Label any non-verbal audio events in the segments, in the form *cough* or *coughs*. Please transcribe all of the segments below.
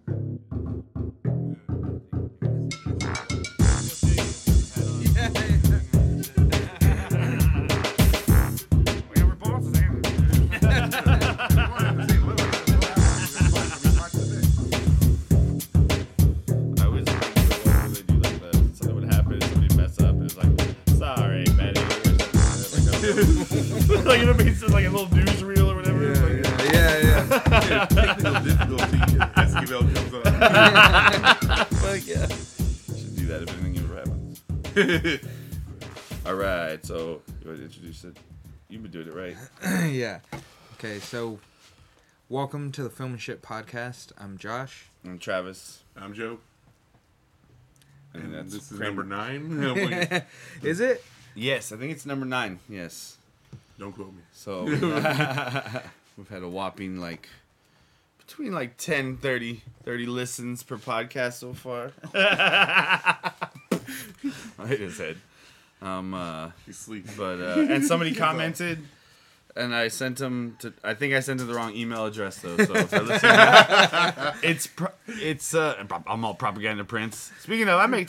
*laughs* *laughs* like if it makes like a little newsreel or whatever. it's like- yeah, yeah. yeah. Yeah, technical difficulty. Ask email comes up. Fuck yeah. Should do that if anything ever happens. *laughs* All right, so you want to introduce it? You've been doing it right. yeah. Okay, so welcome to the Film and Shit podcast. I'm Josh. I'm Travis, I'm Joe. and, And that's this is Kramer. number nine. I'm like, *laughs* Is it? Yes, I think it's number nine. Yes. Don't quote me. So uh, we've had a whopping like between like 10, 30, 30 listens per podcast so far. *laughs* I hit his head. Um, uh, He's asleep. but uh, *laughs* and somebody commented, and I sent him to. I think I sent him the wrong email address though. So if they're listening, *laughs* it's pro- it's uh, I'm all propaganda prints. Speaking of, I make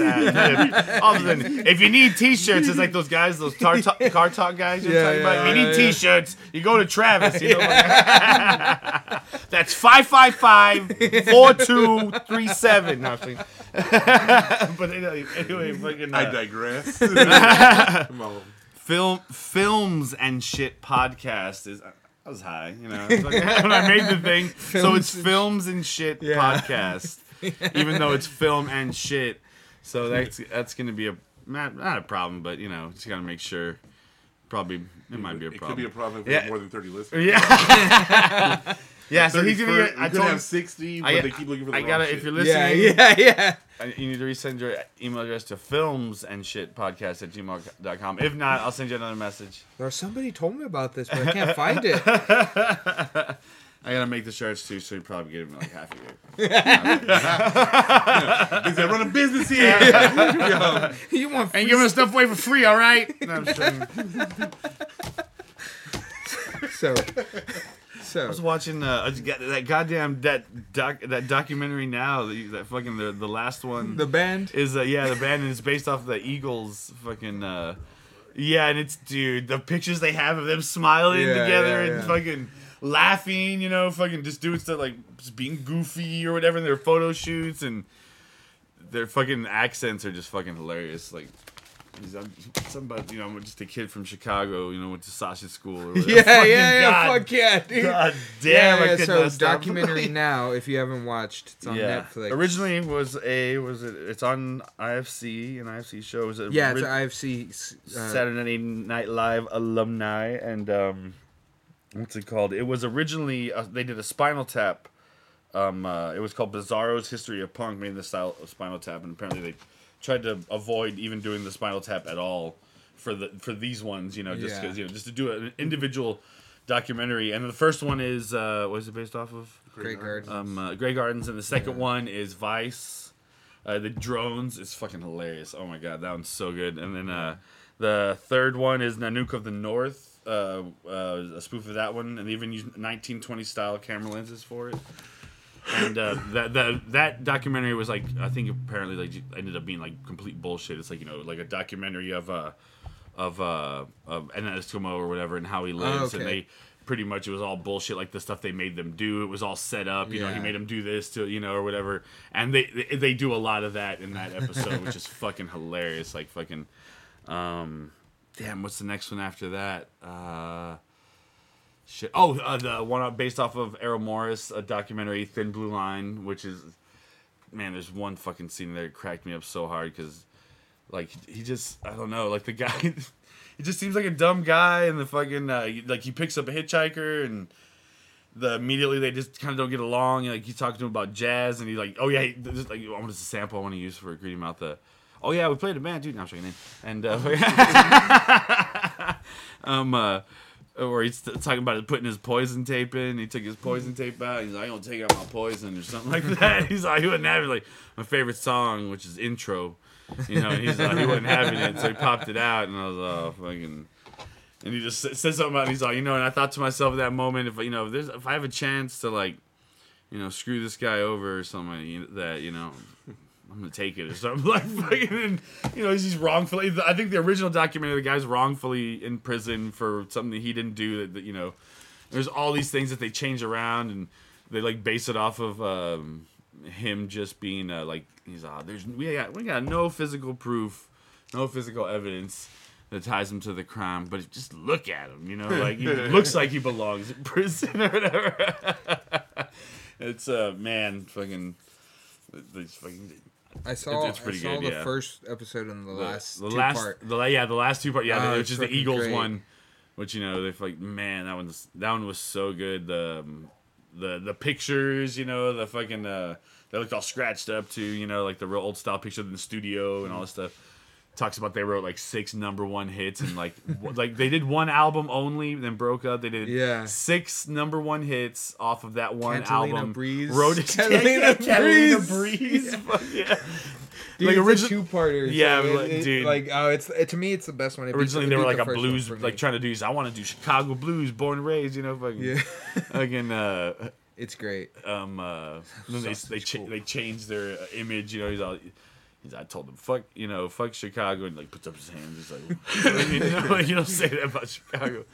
*laughs* At, all of a sudden, if you need t-shirts, it's like those guys, those tar talk, car talk guys. You're Yeah, talking about. yeah, If you yeah, need yeah. t-shirts, you go to Travis. You know. *laughs* *laughs* That's five five five four two three seven. Nothing. *laughs* but anyway, anyway fucking, I uh, *laughs* digress. I'm all- film films and shit podcast is I was high, you know. It's like, *laughs* when I made the thing, so it's films and shit Yeah. podcast, even though it's film and shit. So that's that's gonna be a not, not a problem, but you know, just gotta make sure. Probably it might be a it could be a problem. problem if we Yeah. have more than *laughs* 30 listeners. yeah, yeah. So 30 he's gonna for- get. we I could told him. have 60, but I, they keep looking for the I wrong gotta. shit. If you're Yeah, listening, yeah, yeah. I- you need to resend your email address to films and shit podcast at gmail.com. If not, I'll send you another message. Or somebody told me about this, but I can't find *laughs* it. I gotta make the shirts too, so you probably give me like half a year. *laughs* Because I run a *laughs* business here. You want Ain't giving us stuff away for free, all right? No, I'm just kidding. I so so was watching uh, I just got- that goddamn that doc, that documentary now that, you- that fucking the, the last one the *laughs* band. is uh, yeah the band and it's based off the Eagles fucking uh, yeah and it's dude the pictures they have of them smiling Yeah, together yeah, and yeah. fucking laughing you know fucking just doing stuff like just being goofy or whatever in their photo shoots and their fucking accents are just fucking hilarious like. he's- I'm, somebody, you know, I'm just a kid from Chicago, you know, went to Sasha school. Or whatever. Yeah, yeah, Fucking yeah, God, fuck yeah, dude. God damn, yeah, I yeah, could so not stop. *laughs* documentary now if you haven't watched, it's on Netflix. Originally it was a was it it's on IFC and IFC show is it yeah, it's ri- IFC uh, Saturday Night Live alumni and um what's it called? It was originally uh, they did a Spinal Tap um uh, it was called Bizarro's History of Punk made the style of Spinal Tap and apparently they tried to avoid even doing the Spinal Tap at all for the for these ones, you know, just Yeah. cuz you know, just to do an individual documentary and the first one is uh what is it based off of? Great Guard. um, uh, Grey Gardens, and the second one is Vice. Uh, the drones is fucking hilarious. Oh my god, that one's so good. And then uh, the third one is Nanook of the North, uh, uh, a spoof of that one, and they even use 1920 style camera lenses for it. And uh, *laughs* that that that documentary was like I think apparently like ended up being like complete bullshit. It's like you know like a documentary of uh of uh of an Eskimo oh or whatever and how he lives and okay. they pretty much it was all bullshit like the stuff they made them do it was all set up you know he Yeah. made them do this to you know or whatever and they they, they do a lot of that in that episode which is fucking hilarious like fucking um damn what's the next one after that uh shit oh uh, the one based off of Errol Morris a documentary Thin Blue Line which is man there's one fucking scene there that cracked me up so hard because like he just I don't know like the guy *laughs* he just seems like a dumb guy and the fucking uh, like he picks up a hitchhiker and the immediately they just kind of don't get along and like you talk to him about jazz and he's like oh yeah this is like what is the sample I want to use for Greedy Mouth the oh yeah we played a band dude now I'm checking in and uh, *laughs* um uh or he's t- talking about putting his poison tape in. He took his poison tape out. He's like, I don't take out my poison or something like that. *laughs* He's like, he wouldn't have it. Like my favorite song, which is intro. You know, and he's like, he wasn't having it, so he popped it out, and I was like, oh, fucking. And he just sa- said something about. It. He's like, you know, and I thought to myself at that moment, if you know, if there's, if I have a chance to like, you know, screw this guy over or something you know, that, you know, I'm gonna take it or something *laughs* like fucking. And, you know, he's just wrongfully. I think the original documentary, the guy's wrongfully in prison for something that he didn't do. That, that you know, there's all these things that they change around and they like base it off of um, him just being uh, like he's ah, there's we got we got no physical proof, no physical evidence that ties him to the crime. But if- just look at him, you know, like he looks like he belongs in prison or whatever. *laughs* it's uh, man, fucking, these fucking. I saw. it's pretty I saw good, the yeah. first episode and the, the- last the two last, part. the la- yeah, the last two part, yeah, Oh, which it's is the fucking Eagles great. one, which you know they're like, man, that one's that one was so good. The um, the the pictures, you know, the fucking uh, they looked all scratched up too, you know, like the real old style picture in the studio and all this stuff. Talks about they wrote like six number one hits and like *laughs* w- like they did one album only, then broke up. They did Yeah. six number one hits off of that one Catalina album. Breeze. Wrote it Catalina Yeah, *laughs* Catalina Breeze. *laughs* Breeze. Fuck yeah. Dude, like, it's origi- a two-parter. so Yeah, it- like, it- dude. Like, oh, it's it, to me, it's the best one. It beat- Originally, it they were beat like the a first one blues, for me. like trying to do. I want to do Chicago blues, born and raised. You know, fucking, Yeah, *laughs* fucking. Uh, *laughs* it's great. um, uh, then they they, cha- they changed their uh, image. You know, he's all. He's, I told him, fuck, you know, fuck Chicago, and like puts up his hands. He's like, *laughs* you know, *laughs* like, you don't say that about Chicago.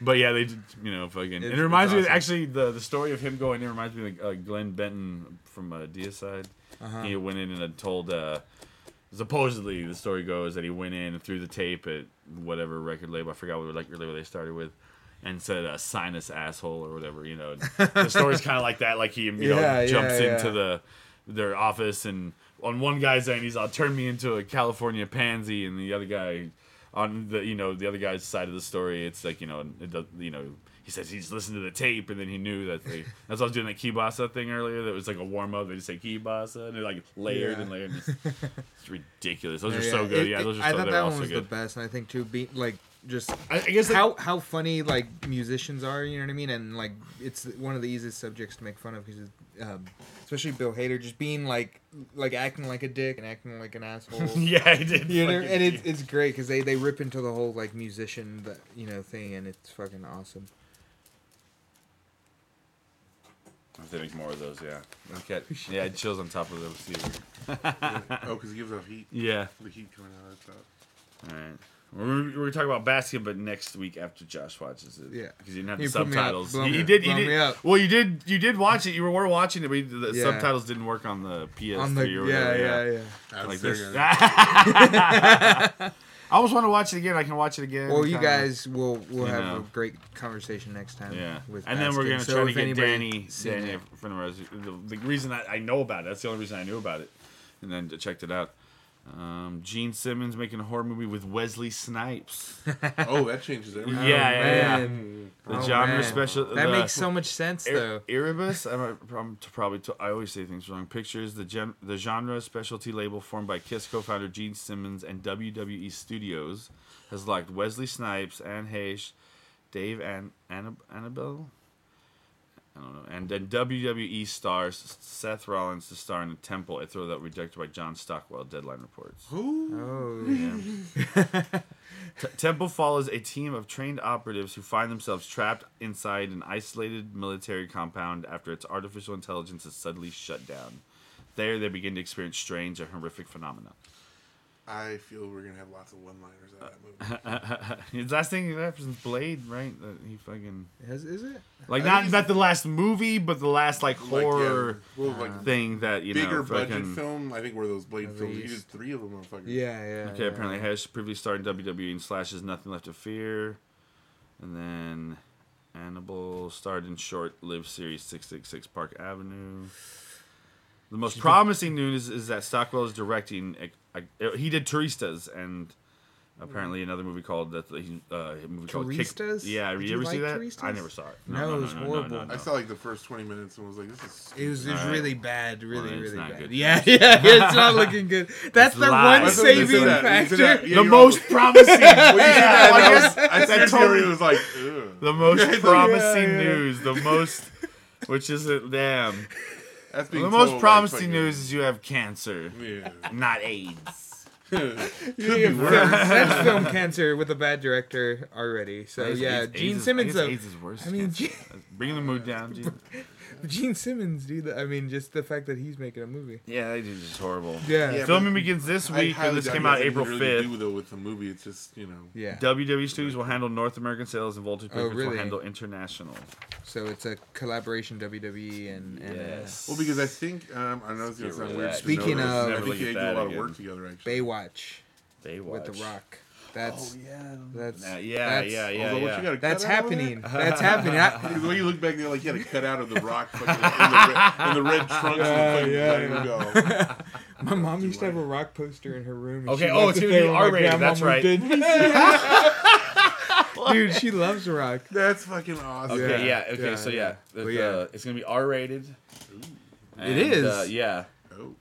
But yeah, they, did, you know, fucking. and It's- it reminds it's me awesome. actually the the story of him going. It reminds me of like, uh, Glenn Benton from uh, Deicide. Uh-huh. He went in and had told. Uh, supposedly the story goes that he went in and threw the tape at whatever record label I forgot what record label they started with and said uh, sign us asshole or whatever you know And the story's kind of like that like he you know Yeah, jumps yeah, into yeah. the their office and on one guy's end he's all turn me into a California pansy and the other guy on the you know the other guy's side of the story it's like you know it does, you know he says he's listened to the tape and then he knew that they that's what I was doing that Kibasa thing earlier that was like a warm up they just say Kibasa and they're like layered Yeah. and layered and it's- it's ridiculous. Those Yeah, are yeah. so good. It- yeah, it- those are I so, thought they're that all one so was the good. best, and I think too. Be like just I, I *laughs* guess that, how how funny like musicians are, you know what I mean, and like it's one of the easiest subjects to make fun of because, um, especially Bill Hader, just being like like acting like a dick and acting like an asshole. *laughs* yeah, I did. You know, fucking- and *laughs* it's it's great because they they rip into the whole like musician that you know thing, and it's fucking awesome. I have to make more of those. Yeah, okay. Yeah, it chills on top of the receiver. *laughs* Oh, because it gives off heat. Yeah. The heat coming out of the top. All right. We're, we're talking about basket, but next week after Josh watches it, Yeah. because you didn't have the You put me up, subtitles. blow You, me- you did, you blow me did. up. Well, you did, you did watch it. You were watching it, but the Yeah. subtitles didn't work on the PS3 On the yeah, or whatever. yeah yeah. I Like was this. *laughs* *laughs* thinking- I always want to watch it again. I can watch it again. Well, you anytime. guys will will You have know. a great conversation next time. Yeah, with and then we're Baskin. gonna So try to if get anybody Danny, seen Danny it- from the, res- the, the reason I, I know about it. That's the only reason I knew about it, and then I checked it out. Um, Gene Simmons making a horror movie with Wesley *laughs* Snipes. yeah, Oh, that changes *laughs* everything. yeah, yeah, man. The Oh, genre man. special. That the- makes so much sense, Ir- *laughs* though. Erebus, I'm, I'm t- probably t- I always say things wrong. Pictures the gen- the genre specialty label formed by Kiss co-founder Gene Simmons and WWE Studios has locked Wesley Snipes, Anne Heche, Dave and Anna- Annabelle. I don't know. And then WWE stars Seth Rollins to star in the Temple, a throw that was rejected by John Stockwell. Deadline reports. Who? Oh, T- Temple follows a team of trained operatives who find themselves trapped inside an isolated military compound after its artificial intelligence is suddenly shut down. There, they begin to experience strange and horrific phenomena. I feel we're gonna have lots of one-liners out of that movie. His last thing he left was Blade, right? That he fucking is, is it? like I not think not the last movie, but the last like Like, yeah, horror well, like thing that you bigger know budget fucking. film. I think were those Blade At films. You did least. three of them, motherfucker. Yeah, yeah. Okay, yeah. apparently Hesh previously starred in WWE E and Slash's Nothing Left to Fear. And then Annabelle starred in short lived series 666 Park Avenue. The most promising news is that Stockwell is directing. a- a- He did Turistas and apparently another movie called that he uh, a movie called Kick- Turistas? Yeah, Did you, you ever see like that? I Turistas? never saw it. No, it was horrible. I saw like the first twenty minutes and was like, "This is." It was, it was Alright. really bad, really, then it's really not bad. good. Yeah, *laughs* yeah, it's not looking *laughs* good. That's the lies. one That's what they said saving that. They factor. said *laughs* that. Yeah, the you're most right. promising. Well, you said Yeah, that, I and I guess- was- I said totally- Fury was like, "Ugh." The most promising yeah. news. The most. Which isn't damn. That's being The told, most like, promising *laughs* fucking- *laughs* news is you have cancer, Yeah. not AIDS. Could Yeah, be film- *laughs* worse. That's *laughs* film cancer with a bad director already. So yeah, Gene Simmons. Is, I though. guess AIDS is worse. I mean, Gene, bringing the mood down. Gene. Gene Simmons, dude. I mean, just the fact that he's making a movie. Yeah, that dude's just horrible. Yeah, Yeah. yeah. Filming begins this I week, and highly this doubt came he has out April anything really to 5th. do, though, with the movie, it's just you know. WWE E Studios will handle North American sales, and Voltage Oh, Pictures will really? handle international. So it's a collaboration WWE and, and uh, Yes. Well, because I think um, I know it's gonna Get rid sound of weird. that. to know Speaking this, of- I Never think look they at do that a lot of again. work together. Actually, Baywatch they with The watch. Oh, Rock. That's yeah. that's Nah, yeah, that's- yeah, yeah, Although what yeah. you got a That's cut out of happening. *laughs* there? That's happening. *laughs* I, Because when you look back there, like you had a cut out *laughs* of the rock fucking, in, the red, in the red trunks. Yeah, Uh, and the yeah, fucking thing *laughs* go. my mom used to have a rock poster in her room. and Okay, she oh, loved it's it gonna be there when my R-rated, that's grandmama right. did. *laughs* Dude, she loves rock. That's fucking awesome. Okay, Yeah, yeah, okay, yeah, so yeah. yeah, But the- yeah. the- it's gonna be R rated. It is. Uh, yeah. Oh.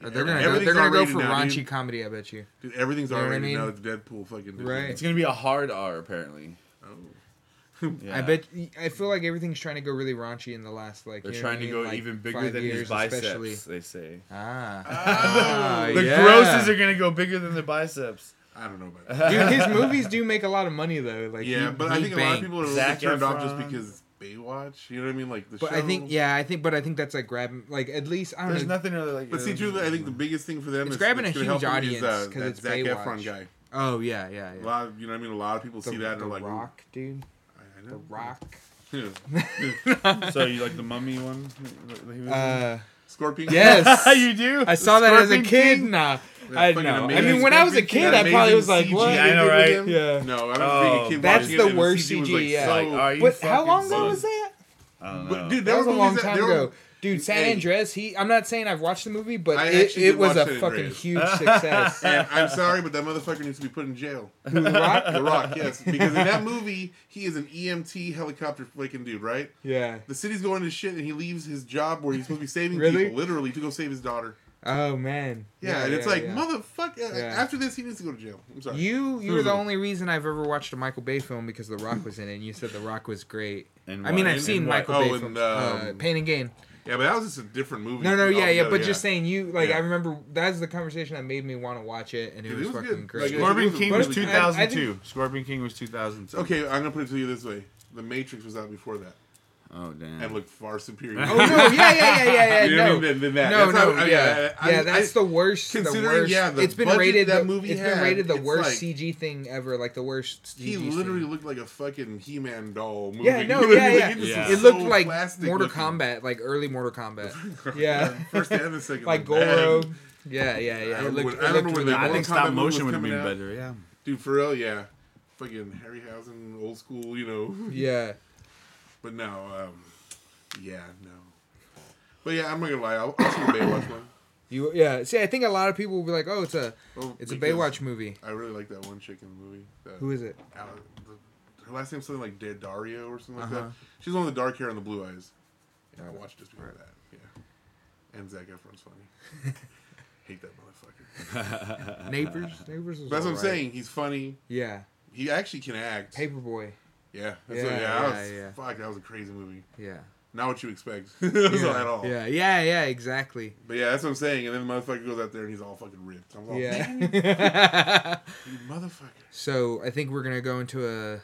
They're gonna go, Everything's they're gonna go R-rated for now, raunchy dude. comedy. I bet you. Dude, everything's You know what I already mean? now. It's Deadpool fucking. Disney. Right. It's gonna be a hard R apparently. Oh. Yeah. *laughs* I bet. I feel like everything's trying to go really raunchy in the last like. they're you know trying what I to mean? go Like, even bigger five than his years biceps. especially. They say *laughs* Ah. Oh. the yeah. grosses are gonna go bigger than their biceps. I don't know *laughs* about that. Dude, *laughs* his movies do make a lot of money though. Like Yeah, he- but I he think a lot of bangs. people are really Zac turned off just Efron. because it's Baywatch. You know what I mean? Like the But show. I think yeah, I think but I think that's like grabbing like at least I don't There's know. nothing other like. But see, truly, I think the biggest thing for them It's is grabbing that's a gonna huge help them audience, is, 'cause that it's Zac Baywatch. Efron guy. Oh yeah, yeah, A yeah. lot of, you know what I mean? A lot of people see that and the they're like, ooh, Rock, dude. I- I The know. Rock. *laughs* *laughs* Yeah. so you like the mummy one? *laughs* *laughs* Uh, *laughs* Scorpion. *laughs* yes. *laughs* you do. I saw that as a Scorpion kid. King? Nah, That I fucking know. I amazing mean, when I was a Scorpion King, kid, that I probably amazing was like, CG what? they I know, did with right? him. Yeah. No, I Oh, remember being a kid. that's watching the it and worst CG was, CG, yeah. so- Like, are you But how fucking long ago son? was that? I don't know. But, dude, That was a long movies that- time there were- ago. Dude, San Hey. Andres, he I'm not saying I've watched the movie, but I it, actually it did was watch a San fucking Andreas. *laughs* huge success. And I'm sorry, but that motherfucker needs to be put *laughs* in jail. Who, *laughs* The Rock? The Rock, yes, because in that movie he is an EMT helicopter flaking dude, right? Yeah. The city's going to shit, and he leaves his job where he's supposed to be saving Really? people, literally, to go save his daughter. Oh man. Yeah, and it's like yeah. motherfucker. Yeah. After this, he needs to go to jail. I'm sorry. You you were the Hmm. only reason I've ever watched a Michael Bay film because The Rock was in it. and You said The Rock was great. In I mean, what? I've In- seen in what? Michael Oh, Bay in, films. uh, um, Pain and Gain. yeah, but that was just a different movie. No, no, yeah, yeah. altogether, But just saying, you like Yeah. I remember that's the conversation that made me want to watch it, and it, Dude, was, it was fucking good. great. Like, Scorpion King was But I- I 2002. *laughs* Scorpion King was 2002. Okay, I'm gonna put it to you this way: The Matrix was out before that, Oh damn. and looked far superior. *laughs* oh no, yeah, yeah, yeah, yeah, yeah. You know what I no. mean? Than- than that. No, That's no, how- I- yeah, I- I- yeah. I- That's the worst. considering, the worst. yeah, the it's been budget rated that the, movie It's been had, rated the it's worst like- CG thing ever. Like the worst. CG He literally Thing. looked like a fucking He-Man doll. *laughs* Moving. Yeah, no, You know what yeah, I mean? yeah. Like, was Yeah. It so looked like plastic Mortal looking. Kombat, like early Mortal Kombat. Yeah, First and the *laughs* second. like one. Goro. Yeah, yeah, yeah. remember It looked, when- it I looked remember when really they Nah, I bad. Mortal think Kombat stop movie was motion would have coming been out. better. Yeah. Dude, for real, yeah. Fucking Harryhausen, old school, you know. Yeah. But no, um, yeah, no. But yeah, I'm not gonna lie. I'll, I'll see the Baywatch one. You yeah. See, I think a lot of people will be like, "Oh, it's a Oh, *coughs* it's a because Baywatch movie." I really like that one chick in the movie. That, Who is it? Ale- the- her last name's something like Da- Dario or something like Uh-huh. that. She's the one with the dark hair and the blue eyes. Yeah, I Got it. watched just before that. Yeah, and Zac Efron's funny. *laughs* Hate that motherfucker. *laughs* Uh, Neighbors. Neighbors. Was That's what I'm alright. saying. He's funny. Yeah. He actually can act. Paperboy. Yeah, that's Yeah, yeah, what, yeah, that yeah, was, yeah. Fuck, that was a crazy movie. Yeah. Not what you expect *laughs* So, yeah. at all. Yeah. Yeah. Yeah. Exactly. But yeah, that's what I'm saying. And then the motherfucker goes out there and he's all fucking ripped. I'm all, "Man, Yeah. you motherfucker. *laughs* so I think we're gonna go into a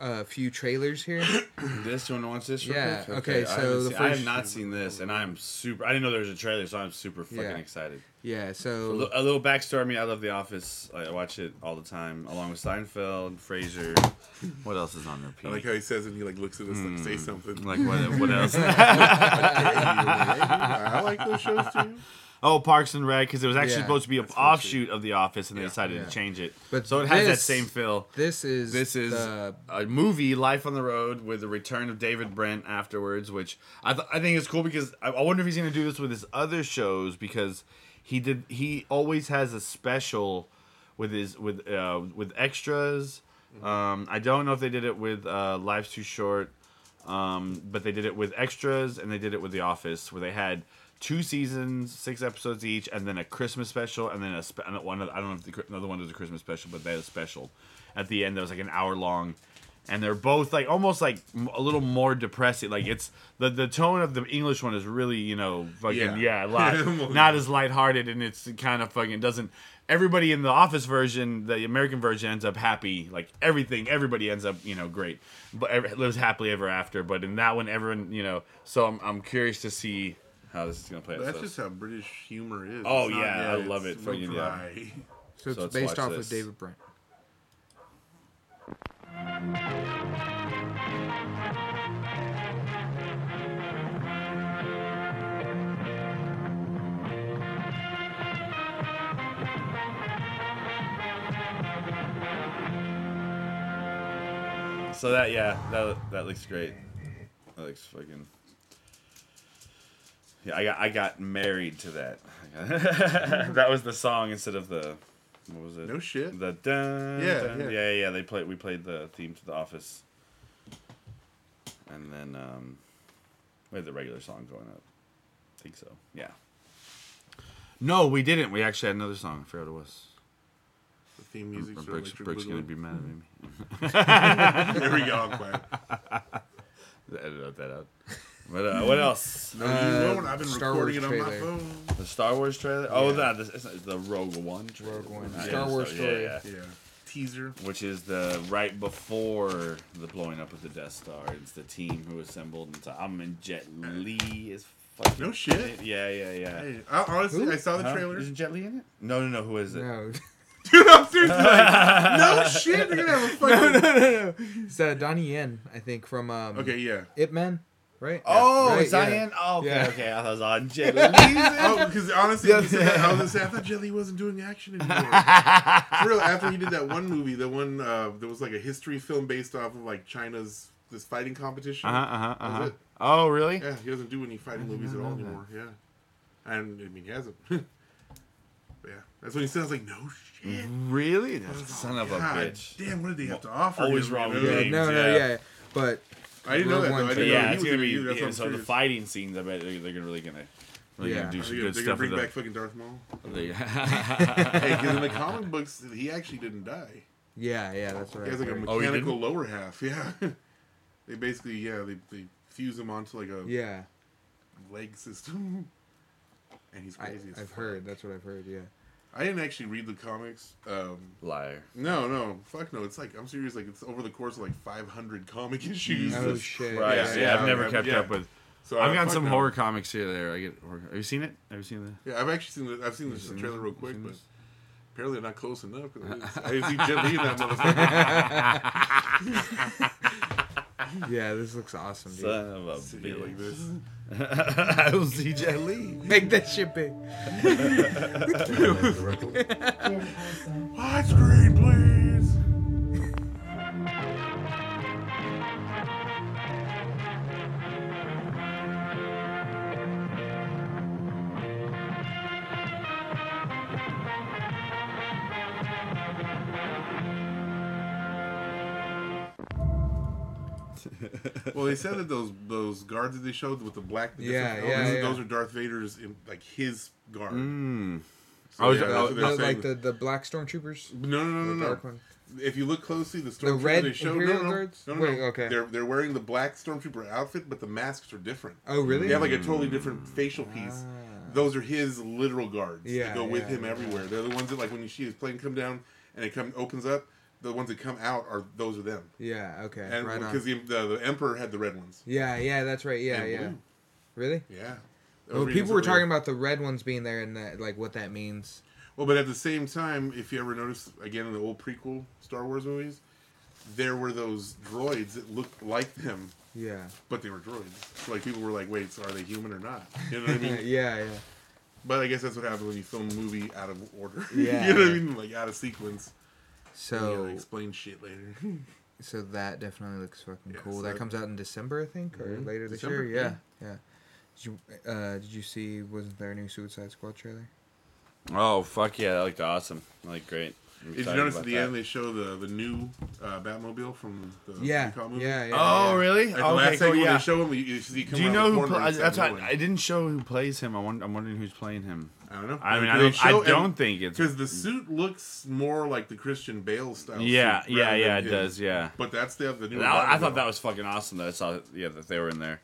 a few trailers *coughs* here. This you want to watch this? Yeah, Real quick? okay, I, so the haven't seen- I have first- not seen this, and I'm super. I didn't know there was a trailer, so I'm super fucking Yeah. excited. Yeah. A li- So a little backstory on me. I love The Office. I I watch it all the time, along with Seinfeld, Frasier. What else is on I like repeat? how he says it and he like looks at us like say something. Hmm. *laughs* Like what? What else? I like those shows too. *laughs* oh, Parks and Rec, because it was actually Yeah, supposed to be an offshoot of The Office, and they decided Yeah. to change it. But so it has that this- same feel. this is This is the, a movie, Life on the Road, with the return of David Brent afterwards, which I, th- I think is cool because I, I wonder if he's going to do this with his other shows because he did he always has a special with his with uh, with extras. Um, I don't know if they did it with uh, Life's Too Short, um, but they did it with extras and they did it with The Office, where they had two seasons, six episodes each, and then a Christmas special, and then a spe- and one. of- I don't know if the, Chri- another one was a Christmas special, but they had a special at the end that was like an hour long, and they're both like almost like m- a little more depressing. Like it's the the tone of the English one is really you know Yeah. fucking yeah, a lot not as lighthearted, and it's kind of fucking doesn't. Everybody in the office version, the American version, ends up happy. Like everything, everybody ends up, you know, great, but ev- lives happily ever after. But in that one, everyone, you know, so I'm, I'm curious to see how this is gonna play out. That's So- just how British humor is. Oh, It's not- yeah, I love it's it. real Fucking, yeah. dry. *laughs* so it's let's based watch off this. of David Brent. so that yeah, that that looks great. That looks fucking. Yeah, I got I got married to that. *laughs* that was the song instead of the. What was it? No shit. The dun, Yeah, dun. yeah. yeah, yeah, They played. We played the theme to The Office, and then um, we had the regular song going up. I think so. Yeah. No, we didn't. We actually had another song. I forgot what it was. The theme music. for Brooks, Electric Brooks gonna Boogaloo. be mad at me. There we go. *laughs* I'm quiet. Uh, Edit that out. But uh, what *laughs* else? No, Uh, you won't. I've been Star Wars recording it on trailer. my phone. The Star Wars trailer. Oh, Yeah. that this it's it's the Rogue One. Trailer. Rogue One. Yeah, Star so- Wars story. Yeah. Teaser. Which is the right before the blowing up of the Death Star. It's the team who assembled. And so I'm in Jet Li is fucking. *laughs* No shit. Yeah, yeah, yeah. Hey, I, honestly, Who? I saw the Huh? *laughs* trailer. Isn't Jet Li in it? No, no, no. Who is it? *laughs* No. Oh, Dude, I'm seriously like, no shit. They're gonna have a fucking. no, no, no. It's uh, Donnie Yen, I think, from um, Okay, yeah. Ip Man, right? Oh, Right, it's yeah. Ian. Oh, okay, Yeah. okay. I was on Jet *laughs* Li. Oh, because honestly, when you said that, I was gonna say I thought Jelly wasn't doing action anymore. For real, after he did that one movie, the one uh, that was like a history film based off of like China's this fighting competition. uh-huh, That was it. Oh, really? Yeah, he doesn't do any fighting movies at all anymore. Yeah, and I mean he hasn't. *laughs* But yeah, that's when he says like, "No shit." Really? Mm-hmm. Son of a Oh, God bitch. Damn, what did they have to offer? always him, wrong you with know? Yeah, names, no, no, yeah. yeah. But I didn't know Rogue that. One Though. trailer. I didn't yeah, it's know he was gonna be do that. That's yeah, what I'm so the curious. fighting scenes. I bet they're, they're gonna really gonna, really Yeah. gonna do They're some gonna, good they're gonna stuff with bring back that. fucking *laughs* Darth Maul. They- Hey, 'cause in the comic books, he actually didn't die. yeah, yeah, that's right. He has like a right. Oh, he mechanical lower half. *laughs* Yeah, they basically yeah they, they fuse him onto like a yeah, leg system, and he's I, crazy. as I've fuck. heard. That's what I've heard. Yeah. *laughs* I didn't actually read the comics. Um, *laughs* Liar. No, no, fuck no. It's like I'm serious. Like it's over the course of like 500 comic *laughs* issues. Oh shit. Right. Yeah, Yeah, yeah, I've never yeah, kept yeah. up with. So I've uh, gotten fuck some no. horror comics here. There, I get. Horror, have you seen it? Have you seen that? Yeah, I've actually seen the, I've seen this seen trailer this? real You quick, seen but this? apparently not close enough. 'cause I didn't see- I didn't *laughs* see Jet Li in that motherfucker. Yeah. yeah, this looks awesome, dude. Son of a Sit here like bitch. this. *laughs* I don't see Jet Li. Make that shit big. Widescreen, please. Well, they said that those those guards that they showed with the black, the Yeah, different yeah, elements, yeah. Mm-hmm. those are Darth Vader's, in, like his guard. Mm. So, I was- yeah, I was- *laughs* that's what The- they're saying. Oh, like the, the black stormtroopers. No, no, no, the no, no. dark one. If you look closely, the stormtrooper red they showed, Imperial no, no, no, guards? no, no, Wait, no. okay. They're they're wearing the black stormtrooper outfit, but the masks are different. Oh really? They have like a totally different facial piece. Ah. Those are his literal guards. that Yeah, go with yeah, him yeah. everywhere. They're the ones that like when you see his plane come down and it come opens up, the ones that come out are those are them. yeah. Okay. And right because on. the, the the emperor had the red ones. Yeah. Yeah. That's right. Yeah. And yeah. blue. Really? Yeah. I was Well, reading people were something. talking about the red ones being there and that, like what that means. Well, but at the same time, if you ever notice again in the old prequel Star Wars movies, there were those droids that looked like them, Yeah. but they were droids. So, like people were like, "Wait, so are they human or not?" You know *laughs* what I yeah. mean? Uh, Yeah. But I guess that's what happens when you film a movie out of order. *laughs* Yeah. you know what I mean? Like out of sequence. You gotta So explain shit later. *laughs* so that definitely looks fucking Yeah, cool. so that that- comes out in December, I think, or Mhm. later this December, year. Yeah. Yeah. Did you uh, did you see? Wasn't there a new Suicide Squad trailer? Oh fuck yeah! That looked awesome. That looked great. I'm Did you excited notice about at the that. end they show the the new uh, Batmobile from the Yeah. Recall movie? Yeah. yeah oh yeah. really? Like the last cool, second when yeah. they show him, you, you see him come Do you around know the who? corner Pl- and I, it's that's that what new I one. didn't show who plays him. I wonder, I'm wondering who's playing him. I don't know. I mean, Like, I they don't, I show- and- don't think it's. Because the suit looks more like the Christian Bale style. Yeah, suit yeah, rather yeah, it than his. does. Yeah. But that's the the new. And I, I thought Batmobile. that was fucking awesome. That I saw, yeah, that they were in there.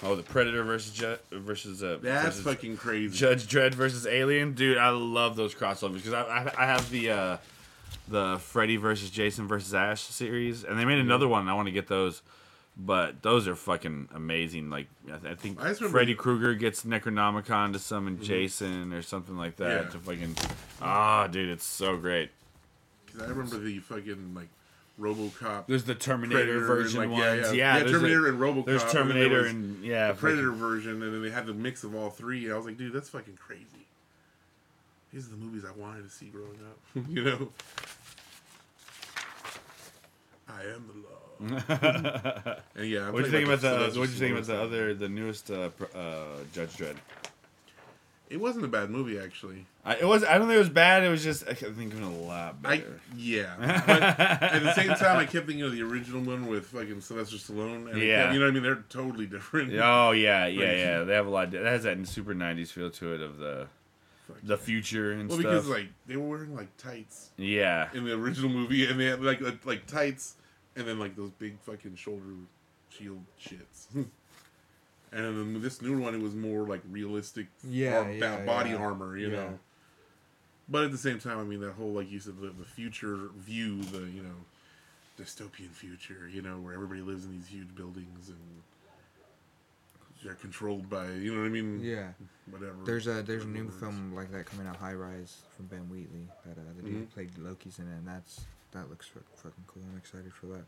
Oh, the Predator versus Jet versus uh, that's versus fucking crazy. Judge Dredd versus Alien, dude. I love those crossovers because I, I I have the uh, the Freddy versus Jason versus Ash series, and they made another one. and I want to get those, but those are fucking amazing. Like I, th- I think I just remember- Mm-hmm. Freddy Krueger gets Necronomicon to summon Jason or something like that Yeah. to fucking ah, dude, it's so great. 'Cause I remember the fucking like RoboCop. There's the Terminator Predator and, version like, ones. yeah, Yeah, yeah. Yeah, there's Terminator a- and RoboCop, There's and then there Terminator was and yeah, Uh, Predator fucking- version, and then they had the mix of all three. and I was like, dude, that's fucking crazy. These *laughs* are the movies I wanted to see growing up. you know. I am the law. *laughs* And yeah, I'm What do you think talking about the? Sylvester What do you think about the Stallone. other, the newest uh, pr- uh, Judge Dredd? It wasn't a bad movie actually. I, it was. I don't think it was bad. It was just I could think of it a lot I better. yeah. *laughs* But at the same time, I kept thinking of the original one with fucking Sylvester Stallone. And yeah, Yeah. you know what I mean. They're totally different. oh yeah, yeah, Like- yeah. They have a lot. That has that super '90s feel to it of the Fuck. the future and Well, stuff. because like they were wearing like tights yeah, in the original movie, and they had like like, like tights, and then like those big fucking shoulder shield shits. *laughs* and then this new one, it was more like realistic, Yeah, ar- yeah, body yeah. armor, you Yeah. know. But at the same time, I mean that whole like you said, the, the future view, the you know, dystopian future, you know, where everybody lives in these huge buildings and they're controlled by, you know what I mean? Yeah. Whatever. There's a there's a new Whatever. film like that coming out, High Rise, from Ben Wheatley. That uh, the Mm-hmm. dude who played Loki's in it, and that's that looks fuck- fucking cool. I'm excited for that.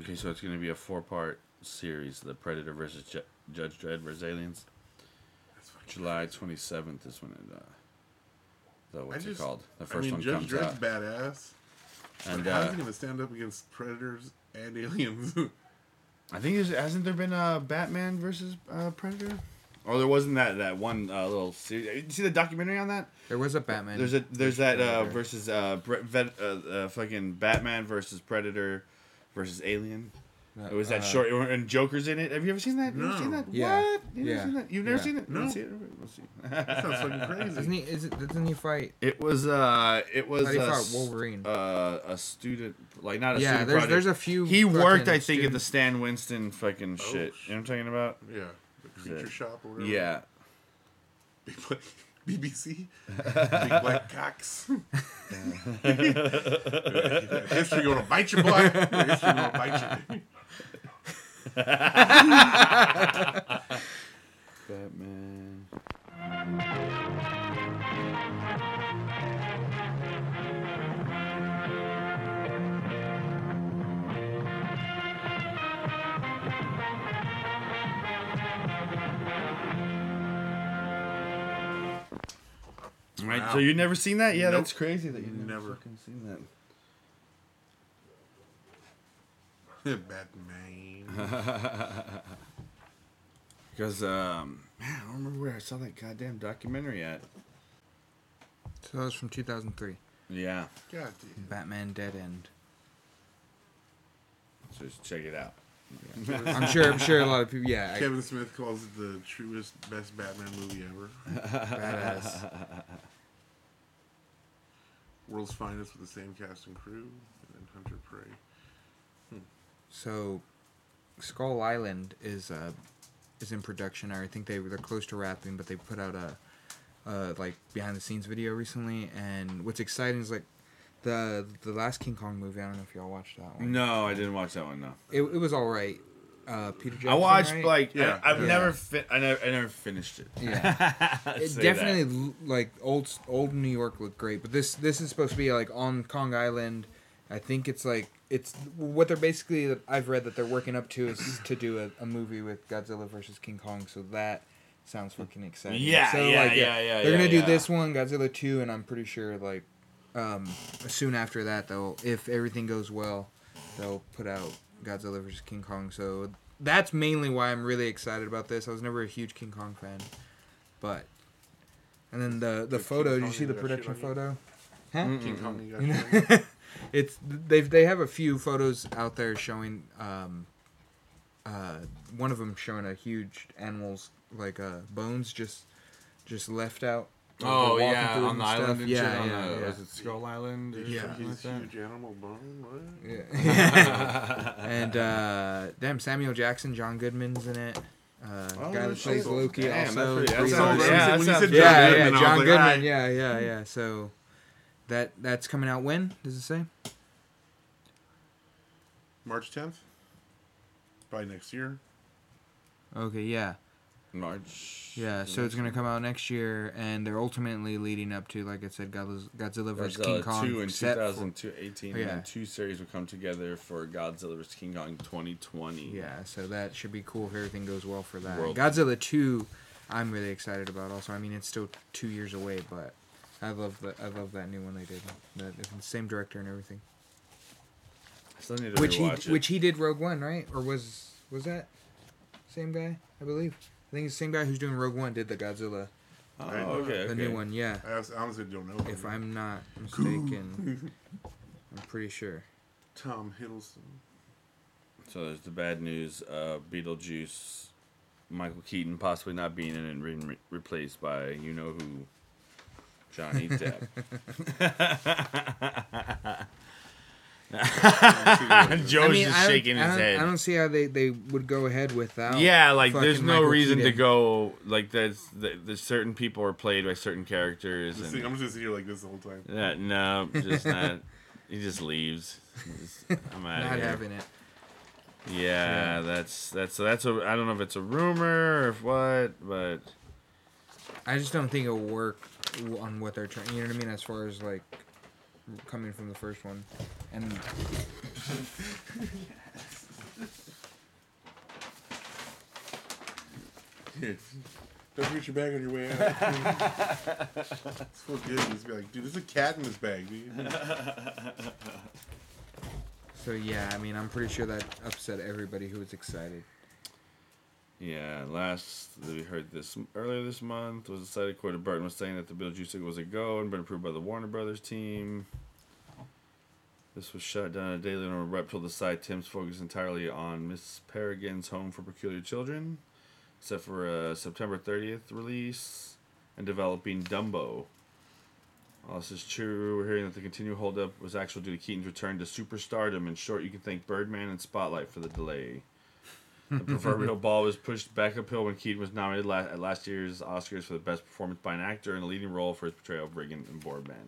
Okay, so it's gonna be a four-part series: The Predator versus Ju- Judge Dredd versus Aliens. That's fucking July 27th is when it. Uh, the, what's just- it called? The I first mean, one Judge comes Dredd's out. badass. and but how's uh, he gonna stand up against predators and aliens? *laughs* That's I think there's, hasn't there been a Batman versus uh, Predator? Or there wasn't that that one uh, little series. Did you see the documentary on that? There was a Batman. There's a there's that uh, Predator. versus uh, Bre- vet, uh, uh fucking Batman versus Predator versus Alien. Uh, It was that uh, short and Joker's in it. Have you ever seen that? You ever seen No. that? Yeah. What? You never Yeah. seen that? You've never Yeah. seen it? No. Let's see it. Let's see. *laughs* sounds fucking Isn't crazy. he? Is it? Doesn't he fight? It was uh, it was How do you a fight s- Wolverine? Uh, a student like not a Yeah, student. there's- project. there's a few He worked, fucking I think, at the student- Stan Winston fucking shit. Oh, You know what I'm talking about? Yeah, the creature it? shop or whatever. Yeah. Big black- *laughs* *laughs* BBC, big black cocks. *laughs* History gonna bite you, boy. History gonna bite you. *laughs* Batman. Right, Wow. so you've never seen that? Yeah, Nope. that's crazy that you've never, Never. fucking seen that. Batman. Because um, man, I don't remember where I saw that goddamn documentary at. So that was from 2003. Yeah, God Batman Dead End. so just check it out. damn. I'm sure. I'm sure a lot of people. Yeah. I- Kevin Smith calls it the truest, best Batman movie ever. badass. World's finest with the same cast and crew, and then Hunter Prey. So, Skull Island is uh, is in production. I think they they're close to wrapping, but they put out a, uh like behind the scenes video recently. And what's exciting is like the the last King Kong movie. I don't know if y'all watched that one. No, I didn't watch that one. No, It, it was all right. Uh, Peter Jackson. I watched right? like Yeah. I, I've Yeah. never fin- I never I never finished it. Yeah. *laughs* Let's it say definitely that. l like old old New York looked great, but this this is supposed to be like on Kong Island. I think it's like it's what they're basically I've read that they're working up to is to do a, a movie with Godzilla versus King Kong. So that sounds fucking exciting. Yeah, so, yeah, yeah, yeah, They're yeah, gonna yeah. do this one Godzilla two, and I'm pretty sure like um, soon after that though, if everything goes well, they'll put out Godzilla versus King Kong. So that's mainly why I'm really excited about this. I was never a huge King Kong fan, but and then the the King photo. Did Kong you see the got shit production on you? photo? King Kong, *laughs* you got You know, shit. it's they they have a few photos out there showing um, uh, one of them showing a huge animal's like uh, bones just just left out. Like, they're Oh walking yeah, through it on the stuff. island and yeah, shit. On yeah, the, yeah. Was it Skull Island? Or Yeah. something like He's that? *laughs* huge animal bone. What? *laughs* Yeah. and uh, damn, Samuel Jackson, John Goodman's in it. Uh, Oh, guy that shit. plays Loki Damn, also. that's pretty- Three that So hours. sounds- yeah, when you that said- sounds when you said pretty yeah, John yeah, Goodman, I was John like, Goodman. alright. Yeah, yeah, yeah. So that that's coming out when? Does it say? March 10th? By next year. Okay, yeah, March. yeah. So it's gonna come out next year, and they're ultimately leading up to, like I said, Godzilla, Godzilla versus King Godzilla Kong. uh, two in set for- 2002, 18, and Yeah. then two series will come together for Godzilla vs King Kong 2020. Yeah, so that should be cool if everything goes well for that. World. Godzilla 2, I'm really excited about also. I mean, it's still two years away, but I love the I love that new one they did. That it's the same director and everything. I still need to which he rewatch it. which he did Rogue One, right? Or was was that same guy? I believe. I think it's the same guy who's doing Rogue One did the Godzilla, oh, Right. okay, The okay. the new one. Yeah, I honest- honestly don't know. if I'm not mistaken, I'm pretty sure. Tom *laughs* Hiddleston. So there's the bad news: uh, Beetlejuice, Michael Keaton possibly not being in it, and being re- replaced by you know who, *laughs* Johnny Depp. *laughs* Joe's I mean, just I don't, shaking I his don't- head. I don't see how they, they would go ahead without. yeah, like there's fucking no Michael reason to Keaton. go like that's that, that certain people are played by certain characters Just and think- I'm just gonna sit here like this the whole time. Yeah, no, just not. he just leaves. Just, I'm out Not here. having it. Yeah, that's that's so that's a. I don't know if it's a rumor or if what, but I just don't think it'll work w- on what they're trying. You know what I mean? As far as like coming from the first one, and Don't forget your bag on your way out. *laughs* it's so good. He's be like, dude, there's a cat in this bag, dude. so yeah, I mean, I'm pretty sure that upset everybody who was excited. yeah. Last that we heard this earlier this month was the site of Burton was saying that the Beetlejuice sequel was a go and been approved by the Warner Brothers team. This was shut down a daily on a rep told the site Tim's focused entirely on Miss Peregrine's Home for Peculiar Children, except for a September 30th release and developing Dumbo. All this is true. We're hearing that the continued holdup was actual due to Keaton's return to superstardom. In short, you can thank Birdman and Spotlight for the delay. The proverbial ball was pushed back uphill when Keaton was nominated la- at last year's Oscars for the best performance by an actor in a leading role for his portrayal of Brigand and Boardman.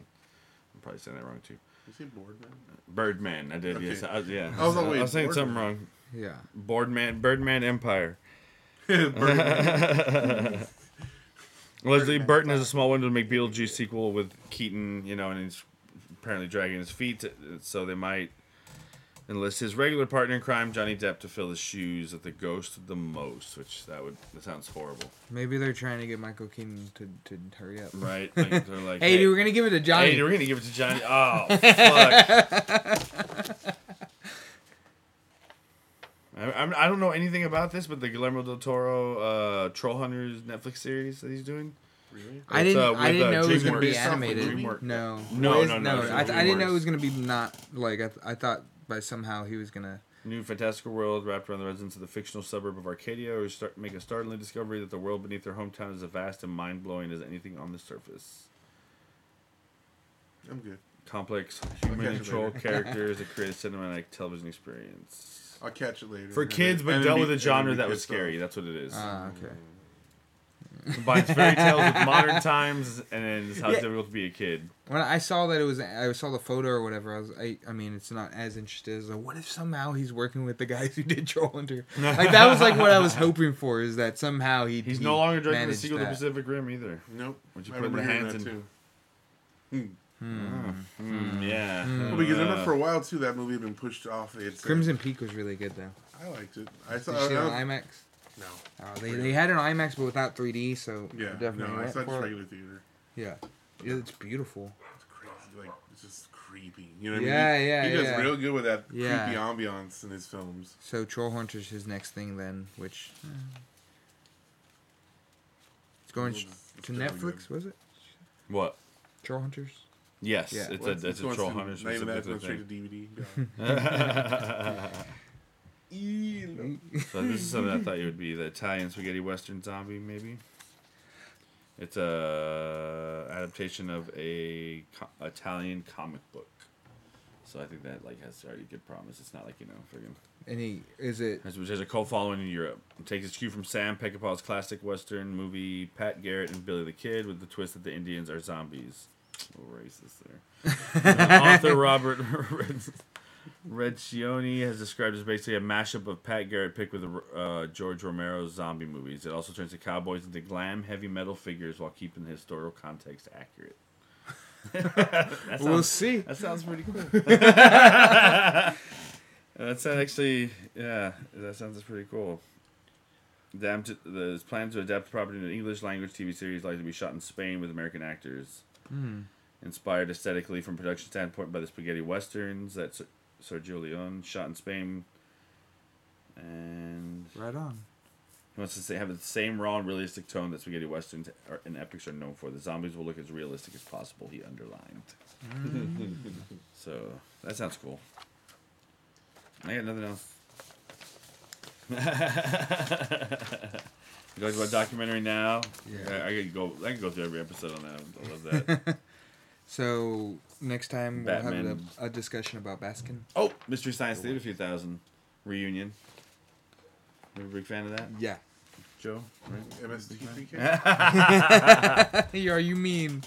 I'm probably saying that wrong too. Is he bored, *laughs* man? Birdman, I did. Okay. Yes, I, yeah. I was like, wait, saying Boardman. something wrong. Yeah, Boardman, Birdman Empire. Birdman. Leslie Burton has a small window to make Beetlejuice sequel with Keaton, you know, and he's apparently dragging his feet, so they might enlist his regular partner in crime, Johnny Depp, to fill his shoes at the Ghost the most, which that would that sounds horrible, maybe they're trying to get Michael Keaton to, to hurry up. right? Like, they're *laughs* like, Hey, dude, we're gonna give it to Johnny. hey, dude, we're gonna give it to Johnny. *laughs* Oh, fuck. I, I'm- I don't know anything about this, but the Guillermo del Toro uh, Troll Hunters Netflix series that he's doing. really? I It's, didn't. uh, I with, didn't uh, know it was DreamWorks. gonna be Based off of animated. DreamWorks. No. No, Well, it's- no, no, it's I, from I didn't know DreamWorks. it was gonna be not like I, th- I thought by somehow he was gonna. New fantastical world wrapped around the residents of the fictional suburb of Arcadia, who start make a startling discovery that the world beneath their hometown is as vast and mind blowing as anything on the surface. I'm good. Complex human Okay. and troll characters that create a cinematic television experience I'll catch it later. for And kids, then- but and dealt then with a be- and genre then be that was pissed off. scary. That's what it is. Ah, okay. Combines fairy tales *laughs* with modern times, and then it's how it's difficult to be a kid. When I saw that it was, I saw the photo or whatever. I was, I, I mean, it's not as interested as like, what if somehow he's working with the guys who did Troll Hunter? *laughs* Like that was like what I was hoping for is that somehow he He's he no longer directing the managed sequel to that. Pacific Rim either. Nope. Would you I put in remember the hearing hands that and- too. Hmm. Mm, yeah, Well, because I uh, remember for a while too, that movie had been pushed off. It's uh, Crimson Peak was really good though. I liked it. I Did saw. you see it on I- IMAX? no. Oh, they, they had an IMAX but without 3D, so Yeah. it definitely no, I went saw it just for it. regular theater. Yeah. yeah, it's beautiful. It's crazy. Like it's just creepy. You know what I Yeah, mean? He- yeah, He does yeah. real good with that Yeah. creepy ambiance in his films. So Troll Hunter's his next thing then, which eh. it's going It's- sh- it's to definitely Netflix. good. Was it what? Troll Hunters? Yes, Yeah. it's Well, a it's a going troll to- hunter. Not even that. It's specific going thing. straight to DVD. Yeah. *laughs* So this is something I thought it would be the Italian spaghetti western zombie, maybe. It's a adaptation of a co- Italian comic book, so I think that like has already good promise. It's not like you know friggin' And he is it has, which has a cult following in Europe. It takes its cue from Sam Peckinpah's classic western movie Pat Garrett and Billy the Kid, with the twist that the Indians are zombies. A little racist there. Uh, author Robert *laughs* Redcioni has described as basically a mashup of Pat Garrett picked with uh, George Romero's zombie movies. It also turns the cowboys into glam heavy metal figures while keeping the historical context accurate. That We'll sounds- see. that sounds pretty cool. That's actually, yeah, that sounds pretty cool. The, amt- the his plan to adapt the property to an English language TV series likely to be shot in Spain with American Hmm, actors. Inspired aesthetically from production standpoint by the spaghetti westerns that sur- Sergio Leone, shot in Spain. And Right on. he wants to say, have the same raw and realistic tone that spaghetti westerns are, and epics are known for. The zombies will look as realistic as possible. He underlined. *laughs* so that sounds cool. I got nothing else. *laughs* you talked about documentary now. Yeah. I, I could go. I could go through every episode on that. I love that. So next time we'll Batman. have a, a discussion about Baskin. oh, Mystery Science Theater 2000 reunion. You're a big fan of that, Yeah. *laughs* Joe? Right? *laughs* MST3K? Are you mean?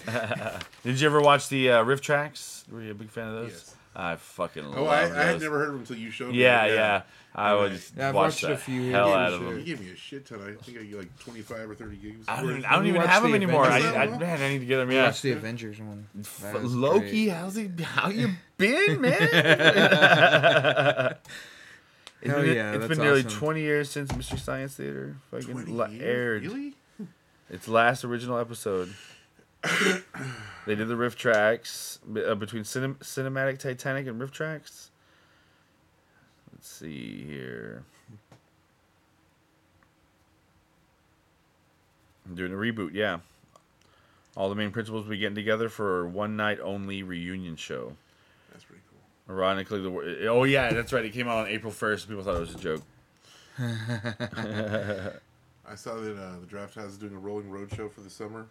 Did you ever watch the uh, riff tracks? Were you a big fan of those? Yes. I fucking love Oh, I, those. I had never heard of him until you showed Yeah, me. yeah. Oh, I would Yeah, just I've watch watched a the few. hell Yeah, out of sure. He them. gave me a shit ton. I think I get like 25 or 30 gigs. I don't, worth. even- I don't You even watch have them the anymore. I, Avengers I, one? man, I need to get them. Yeah. Yeah. Watch the Avengers one. That F- was Loki, great. how's he? *laughs* How you been, man? It's Hell been, yeah, it's that's been nearly awesome. 20 years since Mystery Science Theater 20 fucking la- years? aired. Really? Its last original episode. they did the riff tracks b- uh, between cinem- cinematic Titanic and riff tracks. Let's see here. I'm doing a reboot, yeah. All the main principals will be getting together for one night only reunion show. That's pretty cool. Ironically, the wor- oh yeah, that's right. It came out on April first. People thought it was a joke. I saw that uh, the Draft House is doing a rolling road show for the summer,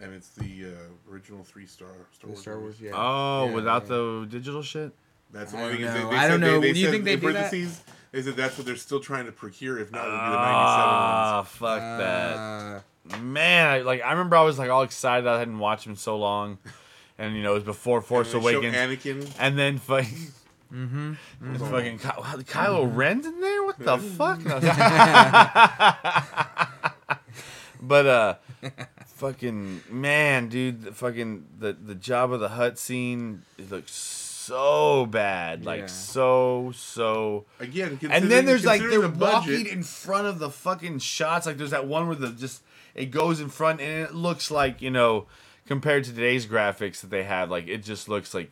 and it's the uh, original three star The Star Wars. Star Wars. movies. Yeah. Oh, Yeah, without yeah. the digital shit. That's I the only don't thing. Is they, know. they I said- don't know. They, they Do you said think they in do that? parentheses, They said that's what they're still trying to procure. If not, it would be the Ah, fuck 97 that. Uh, man, I, like I remember I was like all excited. I hadn't watched him so long, and you know it was before Force ones. Awakens, And Mm-hmm. they show Anakin. *laughs* and then fucking. Mm-hmm. Fucking Ky- wow, Kylo Mm-hmm. Ren's in there. What the fuck? And I was- *laughs* but uh, fucking man, dude, the fucking the the job of the hut scene it looks so bad, like Yeah. so so Again, and then considering- there's like they're considering the walking budget, in front of the fucking shots. Like there's that one where the just it goes in front and it looks like you know compared to today's graphics that they have, like it just looks like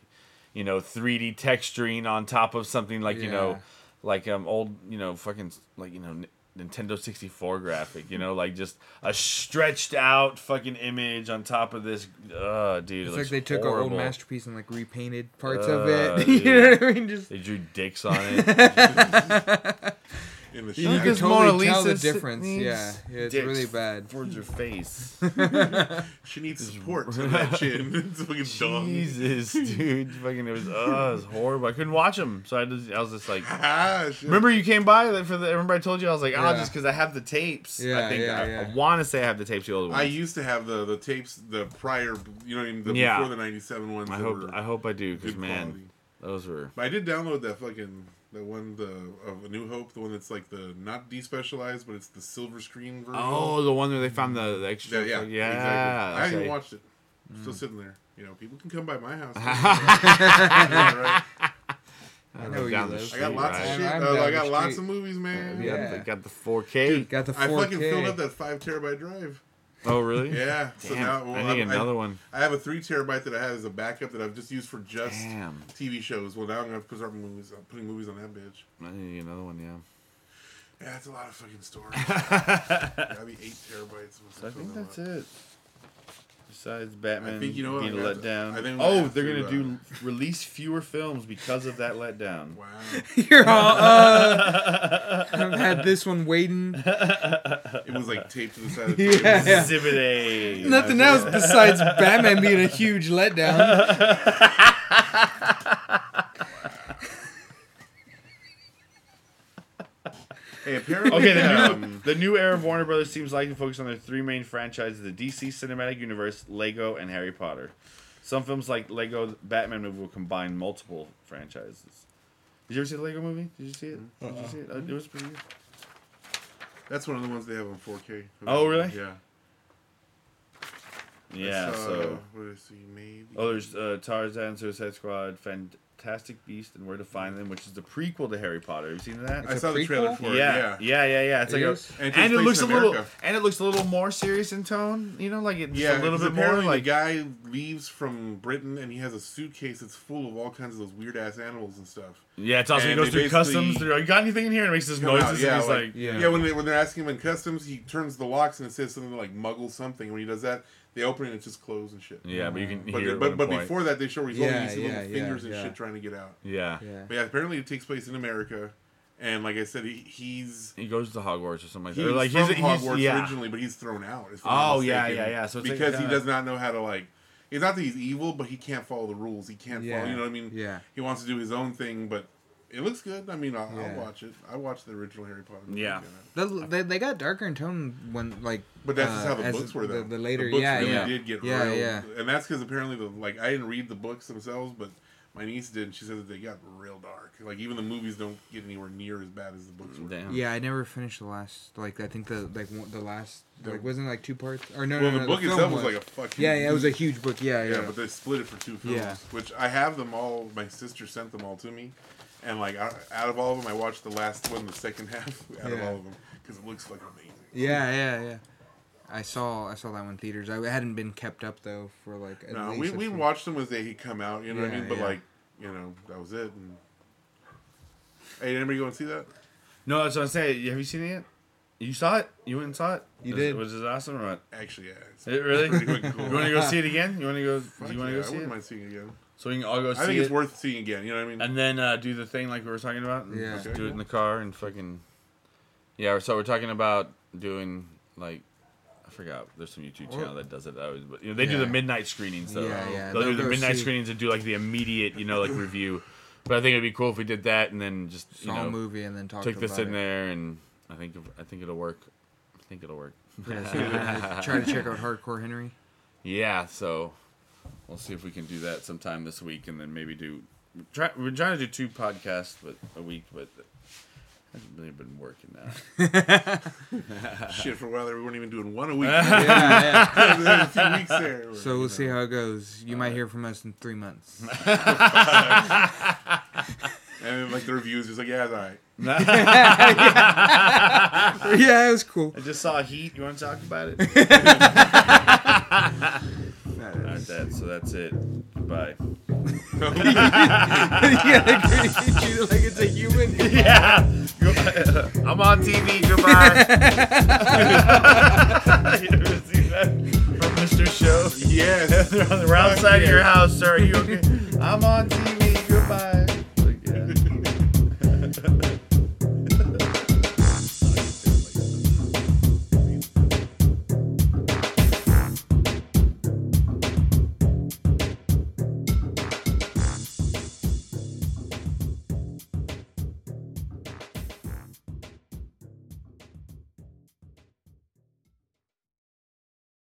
you know 3D texturing on top of something like you Yeah. know like um old you know fucking like you know. N- Nintendo 64 graphic, you know, like just a stretched out fucking image on top of this. Uh, dude, it it's like looks they took an horrible. old masterpiece and like repainted parts Uh, of it. *laughs* you know what I mean? Just They drew dicks on it. in you the shadow. can Because totally Mona tell the Lisa difference. needs Yeah, yeah, it's dicks really bad. towards your *laughs* face. She needs support for that *laughs* chin. *laughs* It's a fucking dumb. Jesus, dude, fucking it was, oh, it was horrible. I couldn't watch him, so I just, I was just like, *laughs* Ah, shit. remember you came by that for the. Remember I told you I was like, oh, Yeah. just because I have the tapes. I Yeah, think yeah, I, yeah. want to say I have the tapes. The old ones. I I, used to have the the tapes, the prior, you know, the Yeah. before the '97 ones. that hope were I hope I do because good man, quality. those were. But I did download that fucking that one, the of A New Hope, the one that's like the not despecialized, but it's the silver screen version. Oh, the one where they found the, the extra. yeah, yeah, yeah. exactly. I haven't okay. even watched it. I'm Still sitting there. You know, people can come by *laughs* my house. Yeah, right. I know down the I street. got lots of Right. shit. I'm Uh, down I the got lots of street. movies, man. Yeah, Yeah. they got the 4K. Dude, got the 4K. I fucking filled up that five terabyte drive. oh, really? Yeah. So Damn, now well, I need I'm- another one. I have a three terabyte that I have as a backup that I've just used for just Damn. TV shows. Well, now I'm gonna have to start movies. I'm putting movies on that bitch. I need another one. Yeah. Yeah, it's a lot of fucking *laughs* storage. That'd be eight terabytes. I think that's it. Besides Batman I think you know what, being I let got the- down. I think I'm gonna oh, have they're to, uh, gonna do release fewer films because of that letdown. *laughs* Wow. *laughs* You're all, uh, *laughs* I've had this one waiting. It was like taped to the side *laughs* of the table. Yeah. Exhibit *laughs* A. Nothing else besides Batman being a huge letdown. Hey, apparently, Okay, *laughs* the um, new, the new era of Warner Brothers seems like to focus on their three main franchises: the DC Cinematic Universe, Lego, and Harry Potter. Some films like Lego the Batman movie will combine multiple franchises. Did you ever see the Lego movie? Did you see it? Did Uh-uh. you see it? Oh, It was pretty good. that's one of the ones they have on 4K. Oh, really? Yeah. Yeah. That's, uh, so What did I see? Maybe. Oh, there's uh, Tarzan, Suicide Squad, Fan- Fantastic Beasts and Where to Find Them, which is the prequel to Harry Potter. Have you seen that? I a saw the prequel? trailer for it. yeah, yeah, Yeah, yeah, yeah. It's It like a, is? and, And it it, takes place looks a in little America. and it looks a little more serious in tone. You know, like it's Yeah, a little 'cause bit more apparently like the guy leaves from Britain and he has a suitcase that's full of all kinds of those weird ass animals and stuff. yeah. It's also he and goes they through basically- customs. They're like, "You got anything in here?" And it makes this Come noises. out, yeah, and he's like, like, Yeah. yeah. When they when they're asking him in customs, he turns the locks and it says something like "muggle something." When he does that, they open it and it's just clothes and shit. "Yeah, but you can But hear." it but, at but one point. before that, they show where he's holding Yeah, these little yeah, yeah, fingers and yeah. shit trying to get out. yeah. Yeah. But yeah, apparently it takes place in America, and like I said, he, he's he goes to Hogwarts or something like he that. Or was like from he's, he's, Hogwarts yeah. originally, but he's thrown out. if I'm Oh, not yeah, mistaken, yeah, yeah. So it's like, because he uh, does not know how to like. It's not that he's evil, but he can't follow the rules. He can't Yeah. follow. You know what I mean? Yeah. He wants to do his own thing, but it looks good. I mean, I'll, Yeah. I'll watch it. I watched the original Harry Potter. movie, Yeah. They, they, they got darker in tone when like. But that's just uh, how the as books were, the- though. The, later, books yeah, really yeah. did get Yeah, real, yeah. and that's because apparently the like I didn't read the books themselves, but my niece did, and she said that they got real dark. Like even the movies don't get anywhere near as bad as the books were. Damn. Yeah, I never finished the last. Like, I think the like one, the last The- like wasn't it, like two parts or no. Well, no, no, the book Uh, film itself was like a fucking Yeah, yeah, it was a huge book. Yeah, yeah, yeah. but they split it for two films, Yeah. which I have them all. My sister sent them all to me, and like out out of all of them, I watched the last one, the second *laughs* half, out of Yeah. all of them, because it looks fucking amazing. yeah, yeah, yeah. I saw I saw that one in theaters. I hadn't been kept up though for like. At No, least we a we few- watched them as they had come out, you know what I Yeah, mean? But yeah. like, you know, that was it. And... Hey, did anybody go and see that? No, that's what I'm saying. Have you seen it yet? You saw it? You went and saw it? You Is- did. Was it awesome or what? Actually, yeah. It's It really? *laughs* pretty you fucking cool. want to go see it again? You want to go? Fuck do you want to yeah, go I see wouldn't it? mind seeing it again. So we can all go see I think it. it's worth seeing again. You know what *laughs* I mean? and then uh, do the thing like we were talking about. and Yeah. just Okay, do it in cool. the car and fucking. Yeah. So we're talking about doing like. I forgot. There's some YouTube Or- channel that does it. Always, but you know they do Yeah. the midnight screenings though. Yeah, yeah, They'll, do they'll the go midnight see- screenings and do like the immediate, you know, *coughs* like review. But I think it'd be cool if we did that and then just you saw a know movie and then talked took about this in it. there and I think I think it'll work. I think it'll work. Yeah, so I *laughs* tried to check out Hardcore *laughs* Henry. Yeah, so we'll see if we can do that sometime this week, and then maybe do. We're, try, we're trying to do two podcasts, but a week, but it hasn't really been working now. Shit, for a while there, we weren't even *laughs* doing one a week. *laughs* Yeah, yeah. There's a few weeks there. where, So you we'll *laughs* know. see how it goes. You might hear from us in three *laughs* months. *laughs* And then, like the reviews, just like yeah, it's all right. yeah, it was cool. I just saw Heat. You want to talk about it? All right, *laughs* that, so that's it. Goodbye. yeah, agree. *laughs* treat it like it's a human. *laughs* *laughs* Yeah, I'm on TV. *laughs* Goodbye. you ever see that from Mr. Show? Yes. We're outside of your house, sir. Are you okay? I'm on TV. Goodbye.